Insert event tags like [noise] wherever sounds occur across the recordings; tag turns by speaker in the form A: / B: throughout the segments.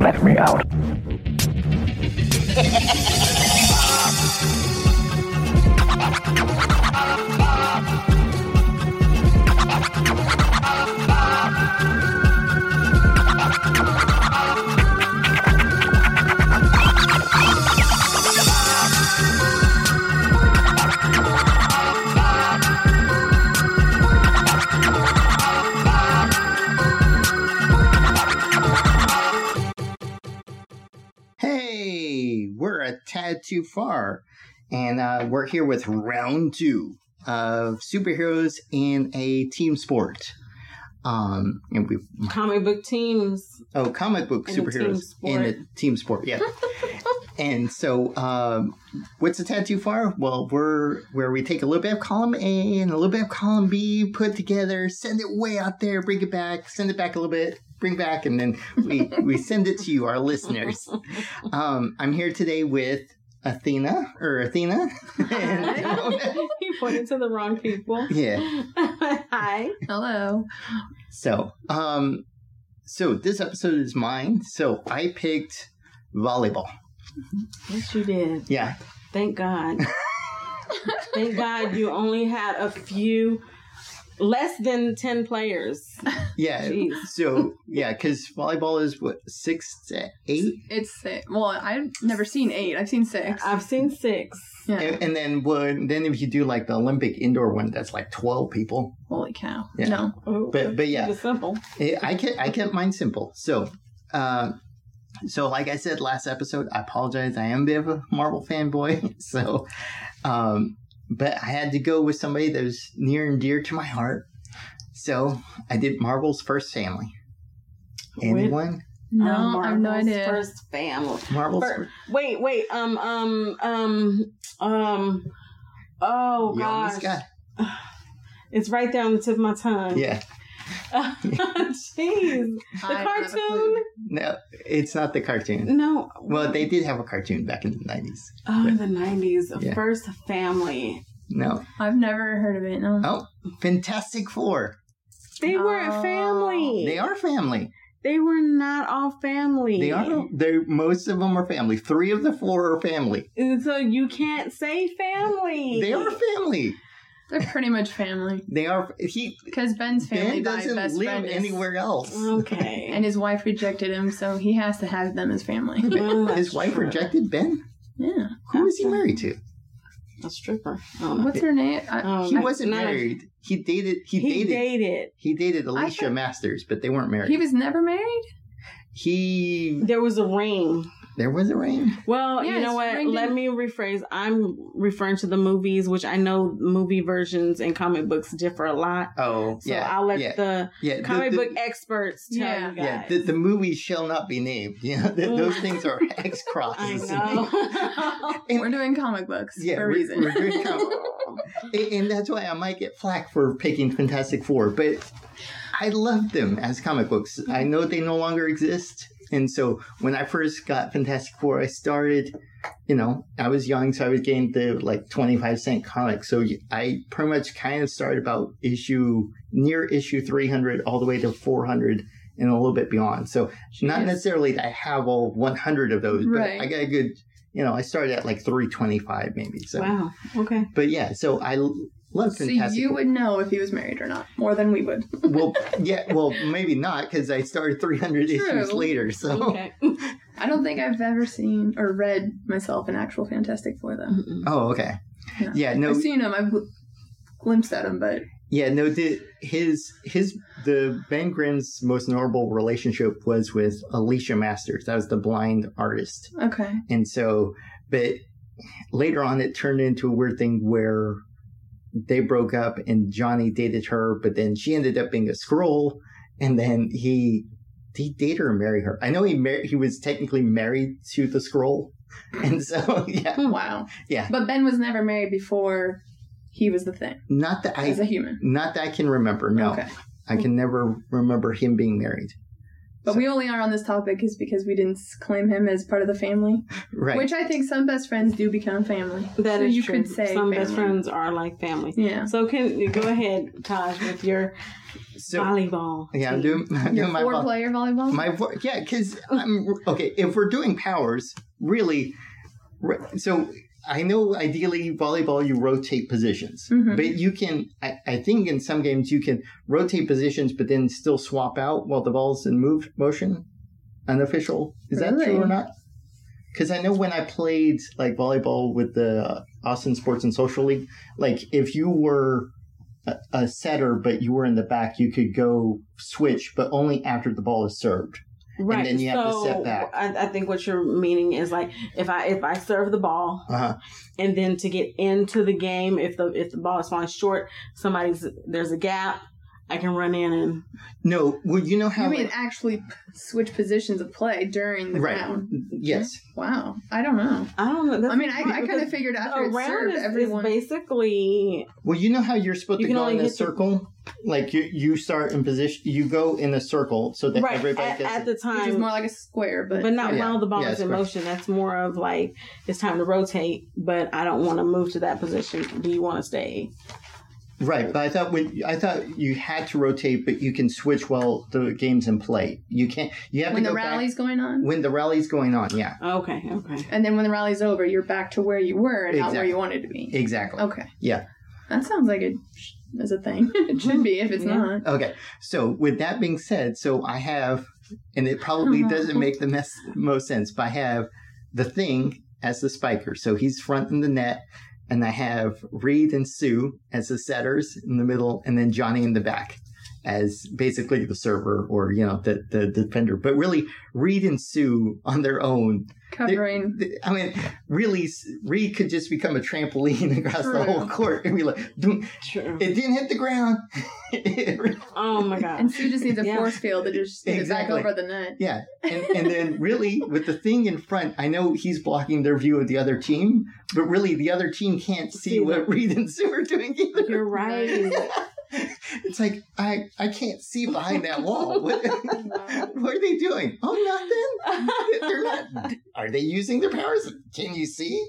A: Let me out.
B: hey, we're a tad too far. And uh, we're here with round two of superheroes in a team sport. Um, and we
C: Comic book teams.
B: oh, comic book
C: In a team
B: superheroes in
C: sport.
B: a team sport,
C: [laughs]
B: yeah. and so, um, what's a tad too far? Well, we're where we take a little bit of column A and a little bit of column B, put it together, send it way out there, bring it back, send it back a little bit, bring back, and then
C: [laughs]
B: we we send it to you, our listeners. Um, I'm here today with Athena or Athena. [laughs]
C: [laughs] he pointed to the wrong people.
B: yeah.
C: [laughs] Hi.
D: Hello.
B: So, um, so this episode is mine. So I picked volleyball.
C: Yes, you did.
B: Yeah.
C: Thank God. Thank God you only had a few, less than 10 players.
B: Yeah.
C: Jeez.
B: So yeah, because volleyball is what six to eight,
D: It's six. Well, I've never seen eight. I've seen six.
C: I've seen six.
D: yeah.
B: and, and then when then if you do like the Olympic indoor one, that's like twelve people.
D: Holy cow.
B: Yeah.
D: No.
C: Oh,
B: But but yeah,
C: keep it simple.
B: Eh, I kept I kept mine simple. So, uh, so like I said last episode, I apologize. I am a bit of a Marvel fanboy, [laughs] so, um, but I had to go with somebody that was near and dear to my heart. So I did Marvel's first family. Anyone?
D: No,
C: Um,
D: I have no
C: Marvel's
D: idea.
C: First family.
B: Marvel's.
C: Fir- wait, wait. Um, um, um, um. Oh
B: you almost
C: gosh,
B: got.
C: it's right there on the tip of my tongue.
B: Yeah.
C: [laughs] Jeez, the
D: I don't have a
C: cartoon.
D: clue.
B: No, it's not the cartoon.
C: No.
B: Well, they did have a cartoon back in the nineties.
C: Oh, the nineties.
B: Yeah.
C: First family.
B: No,
D: I've never heard of it. No.
B: Oh. Fantastic Four.
C: They weren't
D: Oh.
C: family.
B: They are family.
C: They were not all family.
B: They are. They're most of them are family. Three of the four are family.
C: And so you can't say family.
B: They are family.
D: They're pretty much family.
B: They are. He
D: Because Ben's family
B: Ben
D: by
B: doesn't
D: best
B: live
D: friend is-
B: anywhere else.
C: Okay.
D: [laughs] and his wife rejected him, so he has to have them as family. [laughs]
C: Well,
B: [laughs]
C: that's
B: His wife
C: true.
B: rejected Ben.
D: yeah.
B: Who is he married to?
C: A stripper. Oh, no.
D: What's her name? I,
C: Um,
B: He wasn't
C: not a-
B: married. He dated. He,
C: He,
B: dated.
C: dated.
B: He dated Alicia
D: thought-
B: Masters, but they weren't married.
D: he
B: He,
D: was never married.
C: There was a ring.
B: There was a ring.
C: Well,
D: Yeah,
C: you know
D: it's
C: what?
D: ringed
C: Let
D: in-
C: me rephrase. I'm referring to the movies, which I know movie versions and comic books differ a lot.
B: Oh,
C: So
B: yeah.
C: I'll let
B: yeah,
C: the
B: yeah. the-
C: comic
B: the-
C: book experts tell
D: Yeah.
C: you guys.
B: Yeah, the, the movie shall not be named. [laughs] Yeah, th- those
C: Mm.
B: things are X
C: I
B: crosses.
C: know.
B: And-
D: We're doing comic books
B: [laughs] Yeah,
D: for a
B: we're-
D: reason.
B: we're doing comic-
C: [laughs]
B: And, and that's why I might get flack for picking Fantastic Four, but I loved them as comic books. I know they no longer exist. And so when I first got Fantastic Four, I started, you know, I was young, so I was getting the like 25 cent comics. So I pretty much kind of started about issue, near issue 300, all the way to 400 and a little bit beyond. So not
D: Jeez.
B: necessarily that I have all 100 of those,
D: Right.
B: but I got a good, you know, I started at like 325 maybe. So
C: wow. Okay.
B: but yeah, so I l- love
D: [laughs] So
B: Fantastic.
D: you
B: Four.
D: would know if he was married or not, more than we would.
B: [laughs] well, yeah, well, maybe not because I started 300 issues
D: True.
B: later. So
C: [laughs] Okay.
D: I don't think I've ever seen or read myself an actual Fantastic Four though.
B: oh, okay,
D: Yeah.
B: yeah, no,
D: I've seen him. I've gl- glimpsed at him, but
B: yeah, no. The, his his the Ben Grimm's most notable relationship was with Alicia Masters. That was the blind artist,
D: okay.
B: and so, but later on, it turned into a weird thing where they broke up and Johnny dated her, but then she ended up being a scroll, and then he did he date her and marry her. I know he mar- he was technically married to the scroll, [laughs] and so yeah,
D: Wow.
B: Yeah.
D: But Ben was never married before he was the thing
B: not that
D: as a
B: I
D: human.
B: not that I can remember. No,
D: Okay.
B: I can never remember him being married.
D: But we only are on this topic is because we didn't s- claim him as part of the family,
B: Right.
D: which I think some best friends do become family.
C: That is
D: so you
C: true.
D: could say
C: Some best
D: family.
C: friends are like family.
D: Yeah.
C: So can you go ahead, Taj, with your
B: so
C: volleyball?
B: yeah, I'm doing, [laughs] I'm
D: Your
B: doing my
D: four
B: vo-
D: player volleyball.
B: my vo- yeah, because I'm okay. If we're doing powers, really, re- so I know ideally volleyball you rotate positions,
D: Mhm.
B: but you can. I, I think in some games you can rotate positions, but then still swap out while the ball's in move motion. Unofficial, is that true or
D: Really?
B: not? Because I know when I played like volleyball with the uh, Austin Sports and Social League, like if you were a, a setter but you were in the back, you could go switch, but only after the ball is served.
C: Right.
B: then you have to
C: so
B: step back.
C: I, I think what you're meaning is like if I if I serve the ball
B: Uh-huh.
C: and then to get into the game, if the if the ball is falling short, somebody's there's a gap, I can run in and
B: No, well, you know how.
D: you mean
B: like-
D: actually p- switch positions of play during the
B: Right.
D: round?
B: yes.
D: Wow, I don't know.
C: I don't know. that's
D: I mean, I,
C: hard
D: I kind
C: because
D: of figured after
C: a
D: it
C: round
D: served,
C: is, is
D: everyone.
C: basically
B: Well, you know how you're supposed
C: You
B: to
C: can
B: go
C: only
B: in a
C: hit the-
B: circle? Like you, you start in position, you go in a circle so that
C: right
B: E, everybody
C: at,
B: gets
C: at
B: it.
C: the
D: which is
C: time,
D: more like a square, but,
C: but not
B: Yeah.
C: while the ball
B: Yeah,
C: is
B: it's
C: in
B: correct.
C: motion. That's more of like it's time to rotate, but I don't want to move to that position. Do you want to stay?
B: Right, but I thought when I thought you had to rotate, but you can switch while the game's in play. You can't. You have
D: when
B: to
D: the
B: go back
D: rally's going on,
B: when the rally's going on. Yeah,
C: Okay, okay.
D: and then when the rally's over, you're back to where you were and not where
B: Exactly.
D: you wanted to be.
B: exactly.
D: Okay,
B: Yeah.
D: that sounds like it sh- is a thing. [laughs] it should be if it's
C: Yeah.
D: not.
B: Okay. So with that being said, so I have, and it probably
D: Mhm.
B: doesn't make the mes- most sense, but I have the thing as the spiker. So he's fronting the net, and I have Reed and Sue as the setters in the middle, and then Johnny in the back as basically the server or you know the the defender. But really, Reed and Sue on their own.
D: Covering
B: I mean, really, S- Reed could just become a trampoline [laughs] across the
D: True.
B: whole court and be like, "Doom."
C: True.
B: it didn't hit the ground. [laughs]
C: oh my
D: And [laughs]
C: god.
D: Sue just needs a
C: Yeah.
D: force field to just get
B: Exactly.
D: it back over the net.
C: [laughs]
B: Yeah. And, and then really with the thing in front, I know he's blocking their view of the other team, but really the other team can't see
C: See
B: what
C: what-
B: Reed and Sue are doing either.
C: You're right. [laughs]
B: It's like I I can't see behind that wall. What, [laughs]
D: Wow.
B: what are they doing? Oh, nothing. They're not. Are they using their powers? Can you see?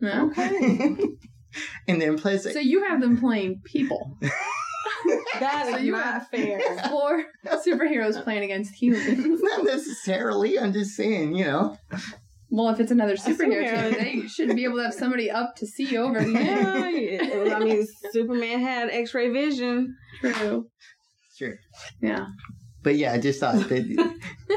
D: No?
C: okay.
B: [laughs] and then plus,
D: So you have them playing people.
C: That is
D: So you
C: not
D: have-
C: fair.
D: [laughs]
B: [laughs]
D: Four superheroes playing against humans.
B: not necessarily. I'm just saying, you know.
D: Well, if it's another superhero,
C: superhero.
D: team, they should be able to have somebody up to see over them.
C: yeah, it- I mean, Superman had X-ray vision.
D: True.
B: Sure.
D: Yeah.
B: But yeah, I just thought that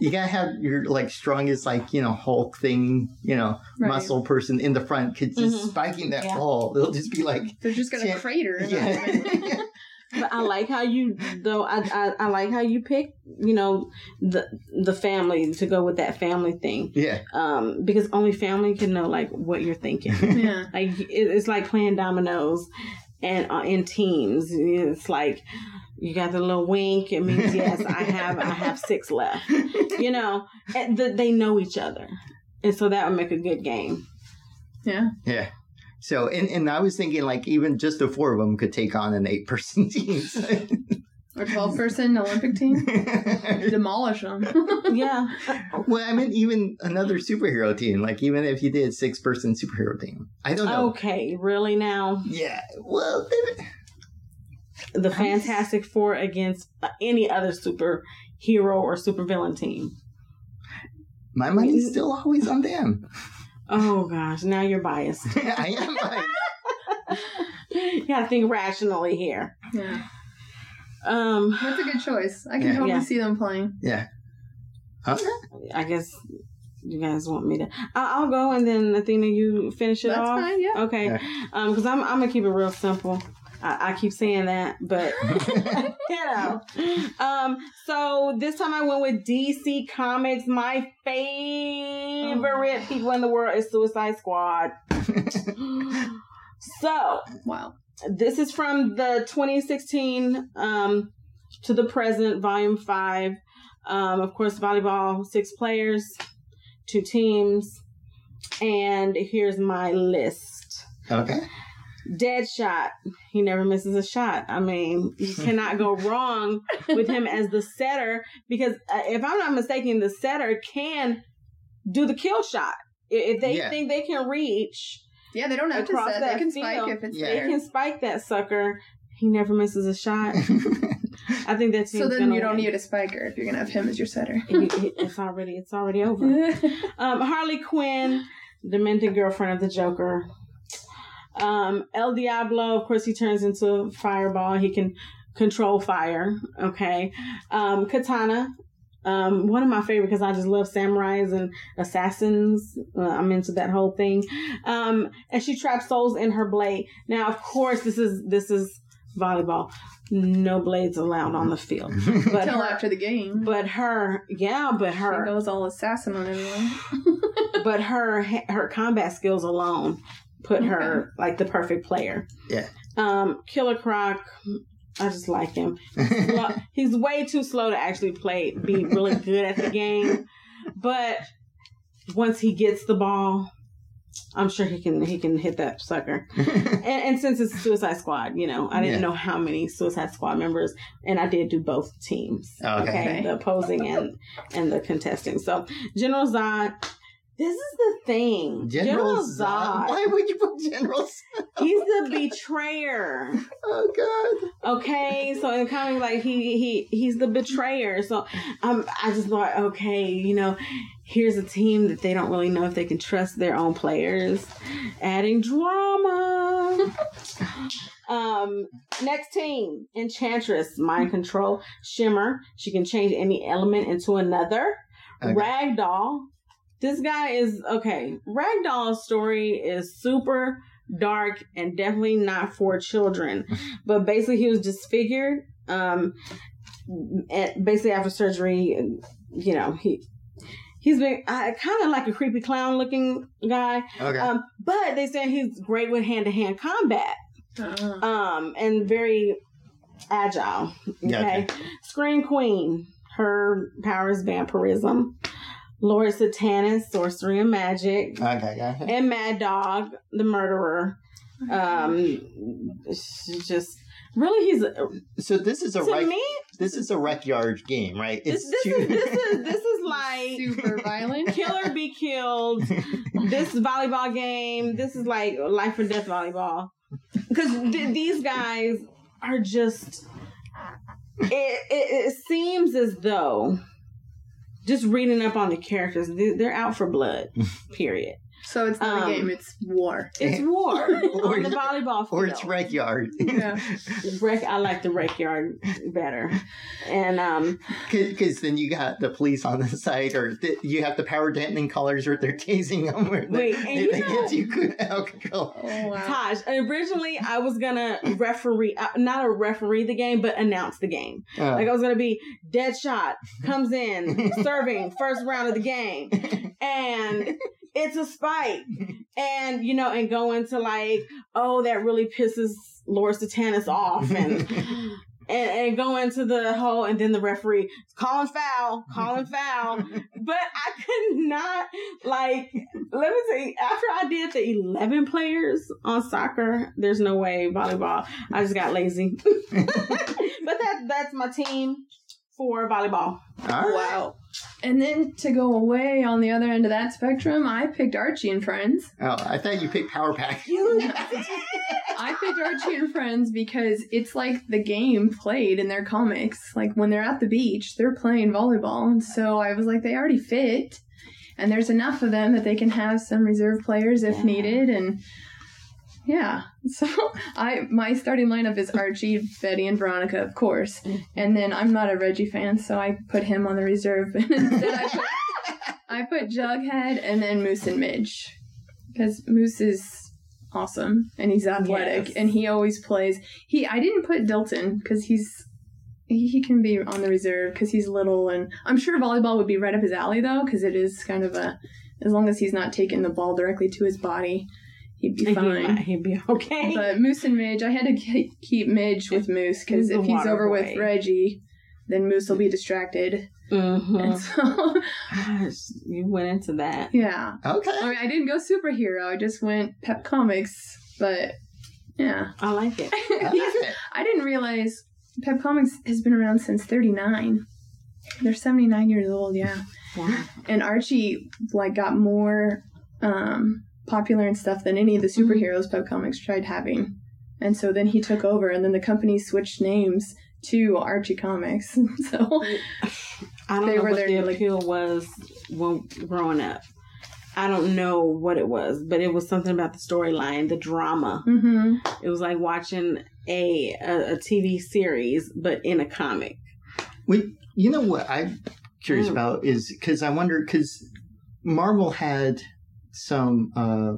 B: you gotta have your like strongest like you know Hulk thing, you know
D: Right.
B: muscle person in the front because just
C: Mhm.
B: spiking that
C: Yeah.
B: ball, they'll just be like,
D: They're just got
B: Yeah.
D: a crater. in
B: yeah,
D: them.
B: [laughs]
C: But I like how you though. I, I I like how you pick. You know the the family to go with that family thing.
B: yeah,
C: Um, because only family can know like what you're thinking.
D: [laughs] Yeah.
C: Like it, it's like playing dominoes, and uh, in teams, it's like you got the little wink. It means yes, I have I have six left. You know, and th- they know each other, and so that would make a good game.
D: Yeah.
B: yeah. So and and I was thinking like even just the four of them could take on an eight person [laughs] team.
D: Or 12 person Olympic
B: [laughs]
D: team. Demolish them.
C: Yeah,
B: well, I mean even another superhero team. Like even if you did six person superhero team, I don't know.
C: Okay, really now
B: Yeah, well, they-
C: the Fantastic Four against uh, any other superhero or supervillain team.
B: my money's still always on them. [laughs]
C: Oh gosh, now you're biased. [laughs]
B: I am. Like,
C: you gotta think rationally here.
D: [laughs] Yeah.
C: Um,
D: That's a good choice. I can
B: Yeah.
D: totally
C: Yeah.
D: see them playing.
B: yeah. Okay.
C: I guess you guys want me to. I- I'll go and then Athena, you finish it
D: That's
C: off.
D: fine. Yeah.
C: Okay,
B: Yeah.
C: Um, because I'm I'm gonna keep it real simple. I, I keep saying that,
D: [laughs]
C: but you know. Um, so this time I went with DC Comics. My favorite
D: Oh.
C: people in the world is
D: [laughs]
C: Suicide Squad. so
D: Wow.
C: this is from the 2016 um, to the present, volume five. Um, of course, volleyball, six players, two teams, and here's my list.
B: [laughs] okay.
C: Deadshot. He never misses a shot. I mean, you cannot go wrong with him as the setter because uh, if I'm not mistaken, the setter can do the kill shot. I- If they
B: Yeah.
C: think they can reach,
D: Yeah, they don't have
C: Across
D: to set.
C: that
D: They can
C: field.
D: spike if it's
B: Yeah.
C: they
D: there.
C: can spike that sucker. He never misses a
B: [laughs]
C: shot. I think that's
D: So then you
C: [laughs]
D: don't need a spiker if you're gonna have him as your setter.
C: It's already it's already over.
D: [laughs]
C: Um, Harley Quinn, demented girlfriend of the Joker. Um, El Diablo, of course, he turns into Fireball. He can control fire. Okay. Um, Katana, um, one of my favorite because I just love samurais and assassins. Uh, I'm into that whole thing. Um, and she traps souls in her blade. Now, of course, this is this is volleyball. No blades allowed on the field. But
D: Until
C: her,
D: after the game.
C: but her, yeah, but her
D: She goes all assassin on everyone.
C: [laughs] but her her combat skills alone put her like the perfect player.
B: Yeah.
C: Um, Killer Croc, I just like him. Lo- He's way too slow to actually play, be really good at the game, but once he gets the ball, I'm sure he can he can hit
B: [laughs]
C: that sucker. And, and since it's Suicide Squad, you know, I didn't
B: Yeah.
C: know how many Suicide Squad members, and I did do both teams.
B: Oh, Okay.
C: the opposing and and the contesting. So General Zod. This is the thing.
B: General Zod. Why would you put General Zod?
C: He's the betrayer.
B: Oh God!
C: Okay, so in comics, like he he he's the betrayer. So um, I just thought, okay, you know, here's a team that they don't really know if they can trust their own players, adding drama. um, next team, Enchantress, mind control, Shimmer. She can change any element into another.
B: Okay.
C: Ragdoll. This guy is okay. Ragdoll's story is super dark and definitely not for children. But basically, he was disfigured. Um, and basically after surgery, you know he he's been uh, kind of like a creepy clown looking guy.
B: Okay.
C: Um, but they said he's great with hand to hand combat
D: Uh,
C: um, and very agile. Okay?
B: Yeah, okay.
C: Scream Queen, her power is vampirism. Lord Satanas, sorcery and magic.
B: okay. Gotcha.
C: And Mad Dog, the murderer. Um, she's just really, he's to
B: So this is a rec-
C: me.
B: this is a rec yard game, right?
C: This, this is this
B: [laughs]
C: is this is like [laughs]
D: super violent.
C: killer be killed.
B: [laughs]
C: this volleyball game. This is like life or death volleyball. Because th- these guys are just. It, it, it seems as though, just reading up on the characters, they- they're out for
B: [laughs]
C: blood. Period.
D: So it's not
C: Um,
D: a game; it's war.
C: It's
B: [laughs]
C: war
B: Or-
C: on the volleyball field.
B: or it's rec yard. [laughs]
D: Yeah.
C: Rec- I like the rec yard better, and um,
B: Because then you got the police on the [laughs] side, or th- you have the power dampening colors, or they're tasing them, or they-
C: Wait, and
B: they,
C: you
B: they
C: know-
B: get you good [laughs] alcohol.
D: Oh wow.
C: Taj. Originally, I was gonna referee, uh, not a referee the game, but announce the game.
B: Uh,
C: Like I was gonna be dead shot comes in serving first round of the game, and it's a spike, and you know, and go into like, oh, that really pisses Laura Satanis
B: Oh.
C: off, and. And, and go into the hole, and then the referee calling foul, calling foul. But I could not like. Let me see. After I did the eleven players on soccer, there's no way volleyball. I just got lazy. [laughs] But that that's my team for volleyball.
B: [laughs] all right.
D: Wow. And then to go away on the other end of that spectrum, I picked Archie and Friends.
B: Oh, I thought you picked Power Pack. [laughs]
C: [laughs]
D: I picked Archie and Friends because it's like the game played in their comics. Like when they're at the beach, they're playing volleyball. And so I was like, they already fit. And there's enough of them that they can have some reserve players if
C: Yeah.
D: needed. And yeah. [laughs] So I my starting lineup is Archie, Betty, and Veronica, of course. And then I'm not a Reggie fan, so I put him on the reserve. [laughs] And instead I put, I put Jughead and then Moose and Midge. Because Moose is awesome and he's athletic
C: Yes.
D: and he always plays. He I didn't put Dilton because he's he he can be on the reserve because he's little and I'm sure volleyball would be right up his alley though because it is kind of a as long as he's not taking the ball directly to his body, he'd be
C: He'd be
D: fine.
C: fine. He'd be okay.
D: But Moose and Midge, I had to ke- keep Midge with Moose
C: He's
D: because
C: the
D: if he's
C: water
D: over
C: boy.
D: with Reggie, then Moose will be distracted. And [laughs]
C: Mhm.
D: so,
C: Gosh, you went into that.
D: yeah.
B: Okay.
C: Uh,
D: I mean, I didn't go superhero. I just went Pep Comics, but
C: [laughs]
D: Yeah.
C: I like it.
B: I love it.
D: I didn't realize Pep Comics has been around since 39. They're 79 years old, yeah.
C: Wow.
D: And Archie like got more um, popular and stuff than any of the superheroes Pep Comics tried having. And so then he took over and then the company switched names to Archie Comics. [laughs] so
C: I don't
D: They
C: know
D: were
C: what
D: there
C: the
D: to, like-
C: appeal was when growing up. I don't know what it was, but it was something about the storyline, the drama.
D: mhm.
C: It was like watching a, a a TV series, but in a comic.
B: We, you know what I'm curious
C: Mm.
B: about is because I wonder because Marvel had some uh,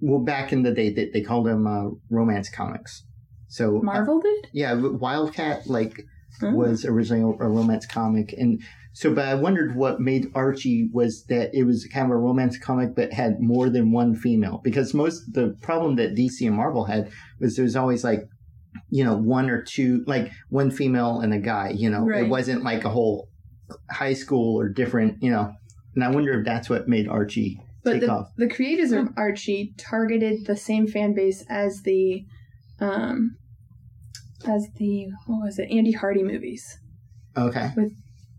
B: well back in the day that they called them uh, romance comics. So uh,
D: Marvel did?
B: yeah, Wildcat like
D: Huh?
B: was originally a romance comic, and so but I wondered what made Archie was that it was kind of a romance comic but had more than one female because most the problem that DC and Marvel had was there was always like you know one or two like one female and a guy you know
D: Right.
B: it wasn't like a whole high school or different you know and I wonder if that's what made Archie
D: But
B: take
D: the,
B: off
D: the creators of Archie targeted the same fan base as the, um, as the what was it? Andy Hardy movies
B: okay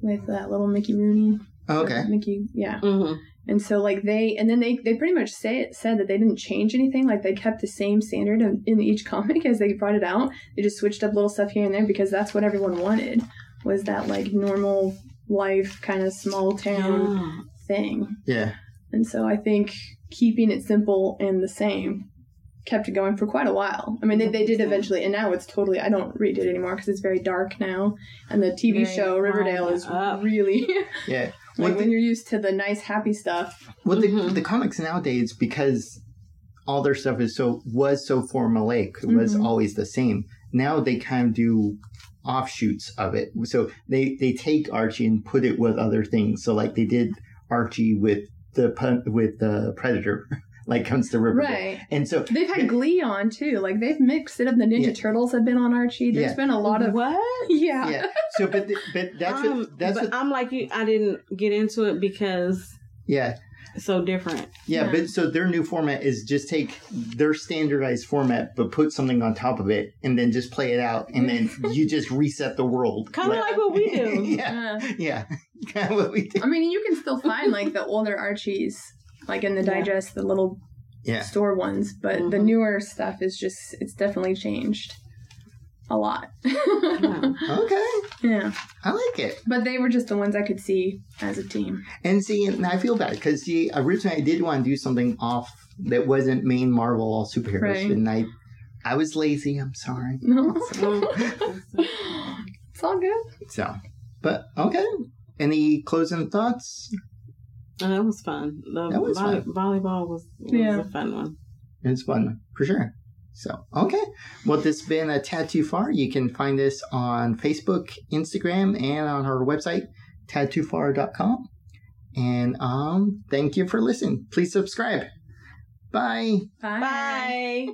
D: with that little Mickey Rooney.
B: okay
D: Mickey, yeah.
C: hmm
D: And so like they, and then they they pretty much say it said that they didn't change anything. Like they kept the same standard in, in each [laughs] comic as they brought it out. They just switched up little stuff here and there because that's what everyone wanted was that like normal life kind of small town thing.
B: yeah
D: And so I think keeping it simple and the same kept it going for quite a while. I mean, they, they did eventually, and now it's totally, I don't read it anymore because it's very dark now. And the TV
C: Very
D: show Riverdale is
C: grown up.
D: really, [laughs]
B: yeah
D: like
B: Well,
D: when you're used to the nice, happy stuff.
B: Well, the,
C: Mhm.
B: the comics nowadays, because all their stuff is so was so formulaic, was
C: Mm-hmm.
D: Mhm.
B: always the same. Now they kind of do offshoots of it. So they they take Archie and put it with other things. So like they did Archie with the pun- with the Predator, [laughs] like comes to Riverdale,
D: Right.
B: and so
D: They've had Glee on too. Like they've mixed it up. The Ninja
B: Yeah.
D: Turtles have been on Archie. There's
B: Yeah.
D: been a lot of,
C: what?
D: yeah.
B: [laughs] yeah. So but th- but that's
C: um,
B: what that's
C: but
B: what
C: I'm like you. I didn't get into it because
B: yeah.
C: it's so different.
B: Yeah,
D: Yeah.
B: but so their new format is just take their standardized format, but put something on top of it, and then just play it out, and then you just reset the world.
C: Kind of like what we
B: [laughs]
C: do.
B: yeah,
D: Uh,
B: yeah, [laughs] kind of what we do.
D: I mean, you can still find like the older Archies, like in the
C: Yeah.
D: digest, the little
B: Yeah,
D: store ones, but the
C: Mhm.
D: newer stuff is just it's definitely changed a lot. [laughs]
C: Wow.
B: [laughs] okay,
D: yeah.
B: I like it.
D: But they were just the ones I could see as a team. [laughs]
B: And see, and I feel bad because see, originally I did want to do something off that wasn't main Marvel all superheroes,
D: Right.
B: and I, I was lazy. I'm sorry.
D: No.
B: [laughs]
C: Mm.
D: it's all good.
B: So, but okay. Any closing thoughts?
C: And [laughs] that was fun. The
B: That was
C: volley-
B: fun.
C: volleyball was, was
D: Yeah.
C: a fun one.
B: It's fun for sure. So, okay. Well, this has been a Tattoo Far. You can find us on Facebook, Instagram, and on our website, tattoofar.com. And um, thank you for listening. Please subscribe. Bye.
C: Bye.